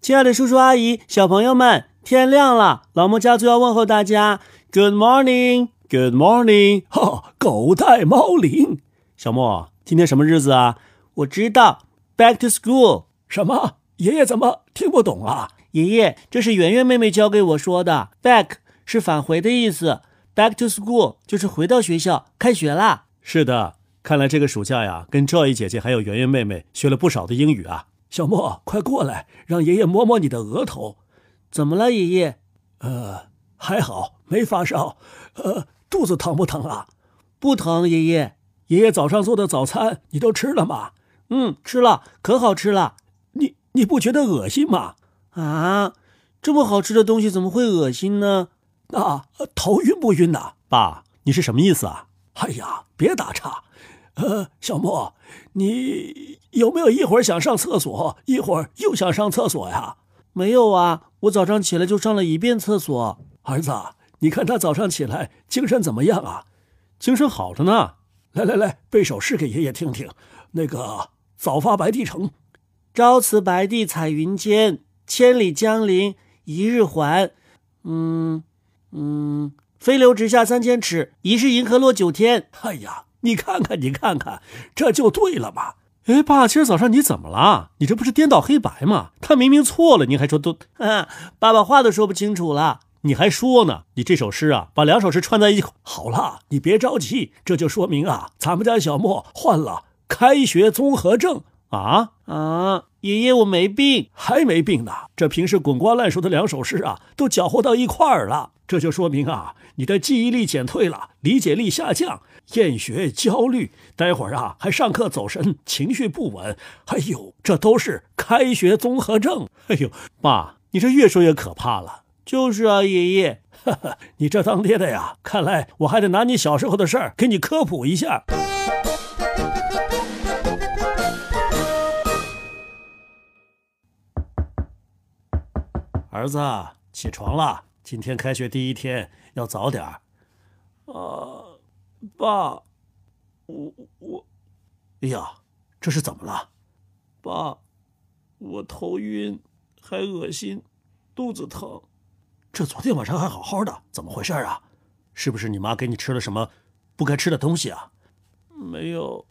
亲爱的叔叔阿姨、小朋友们，天亮了，老莫家族要问候大家。Good morning，Good morning，哈、狗带猫铃，小莫，今天什么日子啊？我知道，Back to school。什么？爷爷怎么听不懂啊？爷爷，这是圆圆妹妹教给我说的。Back 是返回的意思，Back to school 就是回到学校，开学啦。是的，看来这个暑假呀，跟 Joy 姐姐还有圆圆妹妹学了不少的英语啊。小莫，快过来，让爷爷摸摸你的额头。怎么了，爷爷？呃，还好，没发烧。呃，肚子疼不疼啊？不疼，爷爷。爷爷早上做的早餐你都吃了吗？嗯，吃了，可好吃了你你不觉得恶心吗？啊！这么好吃的东西怎么会恶心呢？啊，呃头晕不晕呐、爸，你是什么意思啊？哎呀，别打岔。呃，小莫，你有没有一会儿想上厕所，一会儿又想上厕所呀？没有啊，我早上起来就上了一遍厕所，儿子啊，你看他早上起来精神怎么样啊？精神好着呢。来来来，背首诗给爷爷听听。那个“早发白帝城朝辞白帝彩云间，千里江陵一日还。嗯嗯，飞流直下三千尺，疑是银河落九天。”，哎呀，你看看，你看看，这就对了嘛。哎，爸，今儿早上你怎么了？你这不是颠倒黑白吗？他明明错了，您还说都……啊， 爸爸话都说不清楚了。你还说呢？你这首诗啊，把两首诗串在一起，好啦，你别着急，这就说明啊，咱们家小莫患了开学综合症，啊啊！爷爷，我没病。还没病呢。这平时滚瓜烂熟的两首诗啊，都搅和到一块儿了，这就说明啊，你的记忆力减退了，理解力下降，厌学、焦虑，待会儿啊还上课走神，情绪不稳，哎呦，这都是开学综合症。哎呦，爸，你这越说越可怕了。就是啊，爷爷。 你这当爹的呀，看来我还得拿你小时候的事儿给你科普一下。儿子，啊起床啦！今天开学第一天，要早点儿。啊、爸，我我，哎呀，这是怎么了？爸，我头晕，还恶心，肚子疼。这昨天晚上还好好的，怎么回事啊？是不是你妈给你吃了什么不该吃的东西啊？没有，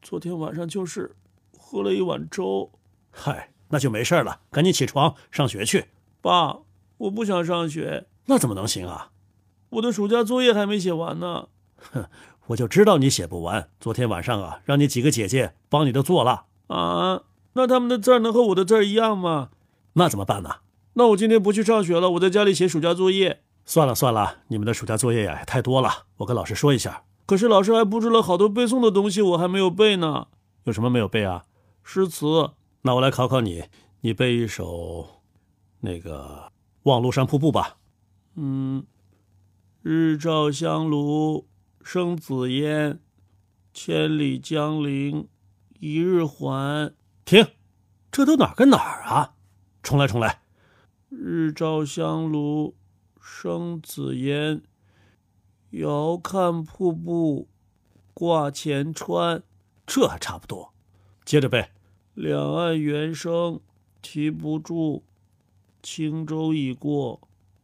昨天晚上就是喝了一碗粥。嗨，那就没事了，赶紧起床上学去。爸，我不想上学，那怎么能行啊？我的暑假作业还没写完呢。我就知道你写不完。昨天晚上啊，让你几个姐姐帮你都做了，啊，那他们的字儿能和我的字儿一样吗？那怎么办呢？那我今天不去上学了，我在家里写暑假作业。算了算了，你们的暑假作业呀也太多了，我跟老师说一下。可是老师还布置了好多背诵的东西，我还没有背呢。有什么没有背啊？诗词，那我来考考你，你背一首那个《望庐山瀑布》吧。嗯，日照香炉生紫烟，千里江陵一日还。停，这都哪儿跟哪儿啊？重来重来。日照香炉生紫烟，遥看瀑布挂前川。这还差不多。接着背，两岸猿声啼不住，轻舟已过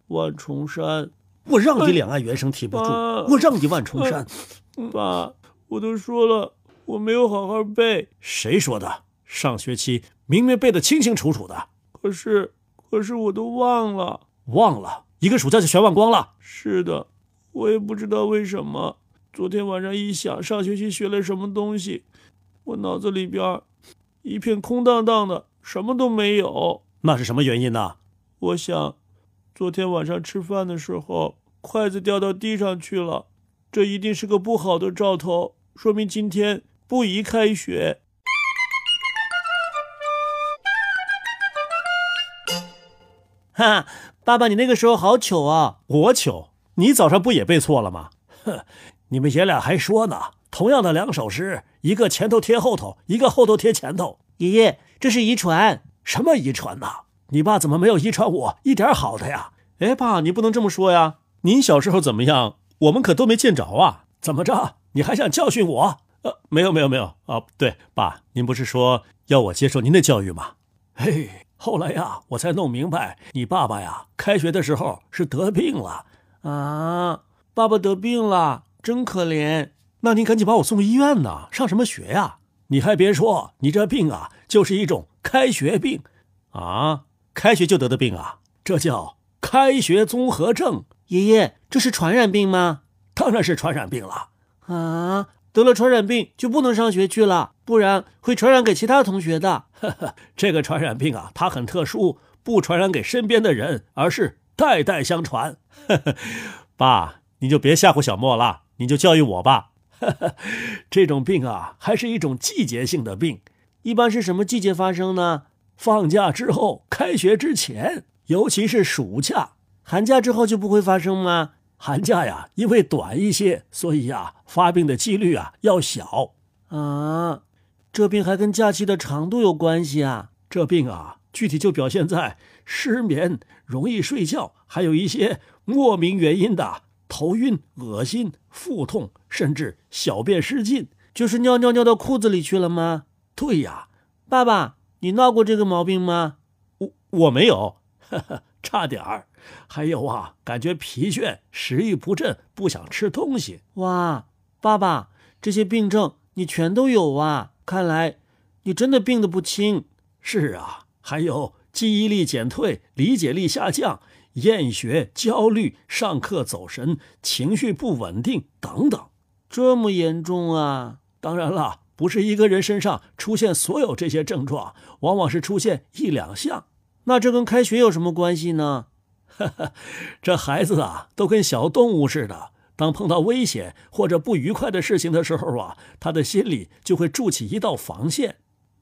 万重山。我让你两岸猿声啼不住，哎我让你万重山。爸，我都说了，我没有好好背。谁说的？上学期明明背得清清楚楚的，可是，可是我都忘了。忘了一个暑假就全忘光了。是的，我也不知道为什么。昨天晚上一想上学期学了什么东西，我脑子里边儿一片空荡荡的，什么都没有。那是什么原因呢？我想，昨天晚上吃饭的时候，筷子掉到地上去了，这一定是个不好的兆头，说明今天不宜开学。哈哈，爸爸，你那个时候好糗啊！我糗，你早上不也背错了吗？哼，你们爷俩还说呢，同样的两首诗，一个前头贴后头，一个后头贴前头，爷爷，这是遗传。什么遗传呐、你爸怎么没有遗传我一点好的呀？哎，爸，你不能这么说呀！您小时候怎么样？我们可都没见着啊。怎么着？你还想教训我？呃，哦没有，没有，没有啊。对，爸，您不是说要我接受您的教育吗？嘿，后来呀，我才弄明白，你爸爸呀，开学的时候是得病了。啊，爸爸得病了，真可怜。那您赶紧把我送医院呐！上什么学呀？你还别说，你这病啊，就是一种开学病啊！开学就得的病啊，这叫开学综合症。爷爷，这是传染病吗？当然是传染病了。啊，得了传染病就不能上学去了，不然会传染给其他同学的。呵呵，这个传染病啊，它很特殊，不传染给身边的人，而是代代相传。 呵呵，爸，你就别吓唬小莫了，你就教育我吧。 这种病啊，还是一种季节性的病，一般是什么季节发生呢？放假之后、开学之前，尤其是暑假、寒假之后就不会发生吗？寒假呀，因为短一些，所以啊，发病的几率啊要小啊。这病还跟假期的长度有关系啊？这病啊，具体就表现在失眠、容易睡觉，还有一些莫名原因的。头晕、恶心、腹痛，甚至小便失禁，就是尿尿尿到裤子里去了吗？对呀，爸爸，你闹过这个毛病吗？我我没有，呵呵，差点儿。还有啊，感觉疲倦、食欲不振、不想吃东西。哇，爸爸，这些病症你全都有啊！看来你真的病得不轻。是啊，还有记忆力减退、理解力下降。厌学、焦虑、上课走神、情绪不稳定等等，这么严重啊！当然了，不是一个人身上出现所有这些症状，往往是出现一两项。那这跟开学有什么关系呢？哈哈， 这孩子啊，都跟小动物似的。当碰到危险或者不愉快的事情的时候啊，他的心里就会筑起一道防线。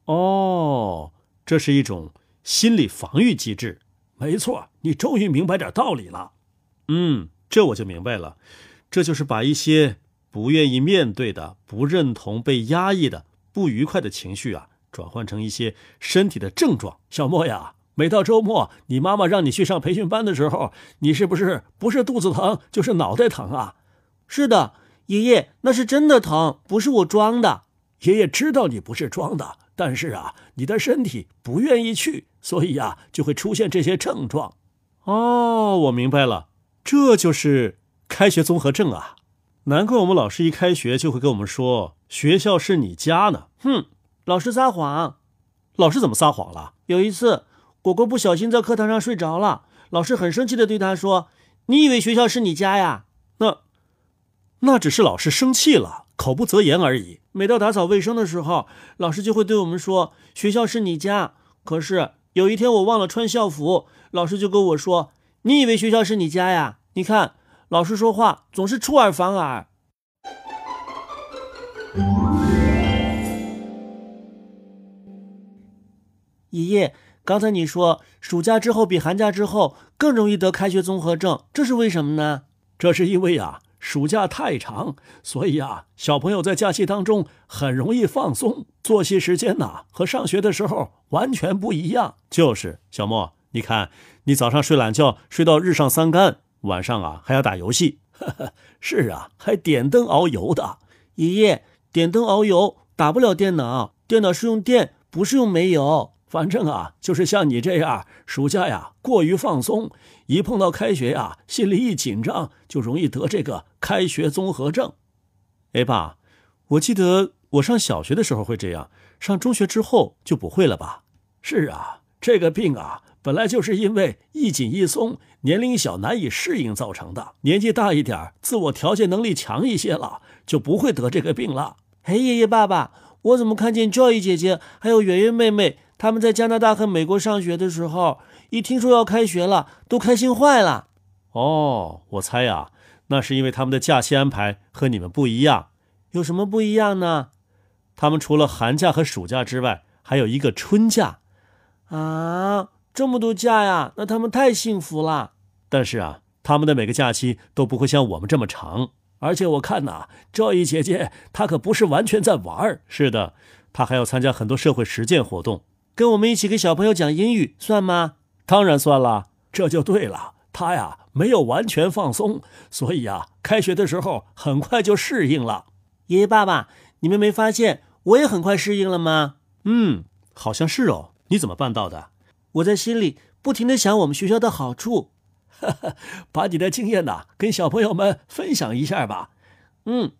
哦，这是一种心理防御机制。没错，你终于明白点道理了。嗯，这我就明白了，这就是把一些不愿意面对的、不认同、被压抑的、不愉快的情绪啊，转换成一些身体的症状。小莫呀，每到周末，你妈妈让你去上培训班的时候，你是不是不是肚子疼就是脑袋疼啊？是的，爷爷，那是真的疼，不是我装的。爷爷知道你不是装的，但是啊，你的身体不愿意去。所以呀、啊，就会出现这些症状。哦，我明白了，这就是开学综合症啊！难怪我们老师一开学就会跟我们说“学校是你家”呢。哼，老师撒谎！老师怎么撒谎了？有一次，果果不小心在课堂上睡着了，老师很生气的对他说：“你以为学校是你家呀？”那那只是老师生气了，口不择言而已。每到打扫卫生的时候，老师就会对我们说：“学校是你家。”可是。有一天我忘了穿校服，老师就跟我说：“你以为学校是你家呀？你看，老师说话总是出尔反尔。”爷爷，刚才你说暑假之后比寒假之后更容易得开学综合症，这是为什么呢？这是因为啊，暑假太长，所以啊，小朋友在假期当中很容易放松，作息时间呐、啊、和上学的时候完全不一样。就是小莫，你看，你早上睡懒觉睡到日上三竿，晚上啊还要打游戏呵呵。 是啊，还点灯熬油的。爷爷，点灯熬油打不了电脑，电脑是用电，不是用煤油。反正啊，就是像你这样，暑假呀过于放松，一碰到开学呀，心里一紧张，就容易得这个开学综合症。哎，爸，我记得我上小学的时候会这样，上中学之后就不会了吧？是啊，这个病啊，本来就是因为一紧一松，年龄小难以适应造成的。年纪大一点，自我调节能力强一些了，就不会得这个病了。哎，爷爷爸爸，我怎么看见 Joy 姐姐还有圆圆妹妹？他们在加拿大和美国上学的时候，一听说要开学了，都开心坏了。哦，我猜啊，那是因为他们的假期安排和你们不一样。有什么不一样呢？他们除了寒假和暑假之外，还有一个春假。啊，这么多假呀，那他们太幸福了。但是啊，他们的每个假期都不会像我们这么长。而且我看呐、啊，赵毅姐姐她可不是完全在玩儿。是的，她还要参加很多社会实践活动。跟我们一起给小朋友讲英语算吗？当然算了，这就对了。他呀没有完全放松，所以啊，开学的时候很快就适应了。爷爷爸爸，你们没发现我也很快适应了吗？嗯，好像是哦。你怎么办到的？我在心里不停的想我们学校的好处。 把你的经验呐、跟小朋友们分享一下吧。嗯，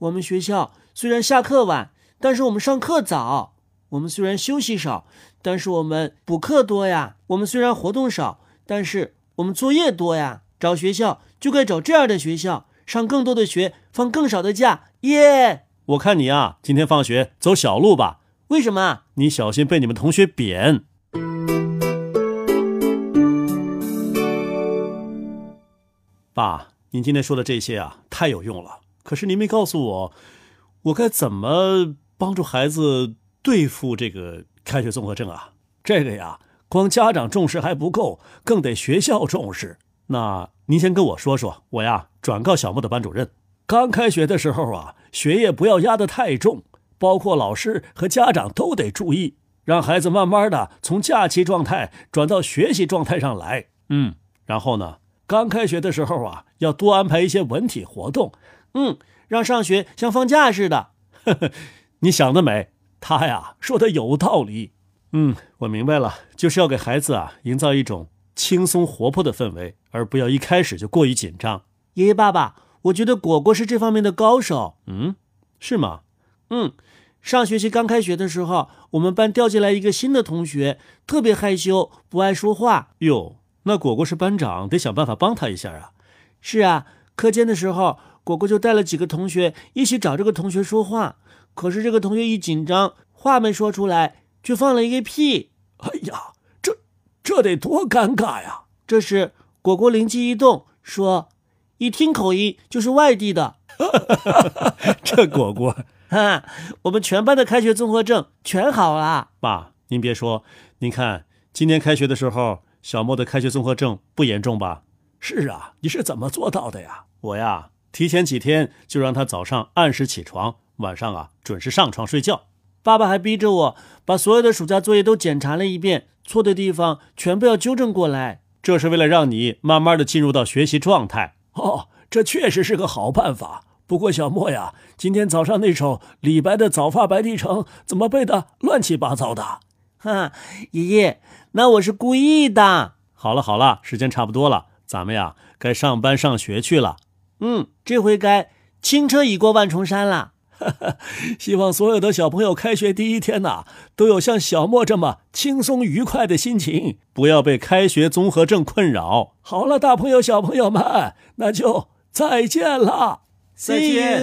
我们学校虽然下课晚，但是我们上课早；我们虽然休息少，但是我们补课多呀；我们虽然活动少，但是我们作业多呀。找学校就该找这样的学校，上更多的学，放更少的假，耶！我看你啊，今天放学走小路吧，为什么？啊你小心被你们同学扁。爸，您今天说的这些啊，太有用了。可是您没告诉我，我该怎么帮助孩子对付这个开学综合症啊？这个呀，光家长重视还不够，更得学校重视。那您先跟我说说，我呀转告小莫的班主任，刚开学的时候啊，学业不要压得太重，包括老师和家长都得注意，让孩子慢慢的从假期状态转到学习状态上来。嗯，然后呢，刚开学的时候啊，要多安排一些文体活动。嗯，让上学像放假似的。呵呵， 你想得美，他呀说的有道理。嗯，我明白了，就是要给孩子啊营造一种。轻松活泼的氛围，而不要一开始就过于紧张。爷爷、爸爸，我觉得果果是这方面的高手。嗯，是吗？嗯，上学期刚开学的时候，我们班调进来一个新的同学，特别害羞，不爱说话。哟，那果果是班长，得想办法帮他一下啊。是啊，课间的时候，果果就带了几个同学一起找这个同学说话，可是这个同学一紧张，话没说出来，就放了一个屁。哎呀！这得多尴尬呀！这时，果果灵机一动，说：“一听口音就是外地的。” 这 果果，啊，我们全班的开学综合症全好啦！爸，您别说，您看今年开学的时候，小莫的开学综合症不严重吧？是啊，你是怎么做到的呀？我呀，提前几天就让他早上按时起床，晚上啊准时上床睡觉。爸爸还逼着我把所有的暑假作业都检查了一遍。错的地方全部要纠正过来，这是为了让你慢慢的进入到学习状态。哦，这确实是个好办法。不过小莫呀，今天早上那首李白的《早发白帝城》怎么背的乱七八糟的？哈，爷爷，那我是故意的。好了好了，时间差不多了，咱们呀该上班上学去了。嗯，这回该轻车已过万重山了。 希望所有的小朋友开学第一天呐、啊，都有像小莫这么轻松愉快的心情，不要被开学综合症困扰。好了，大朋友小朋友们，那就再见了，再见。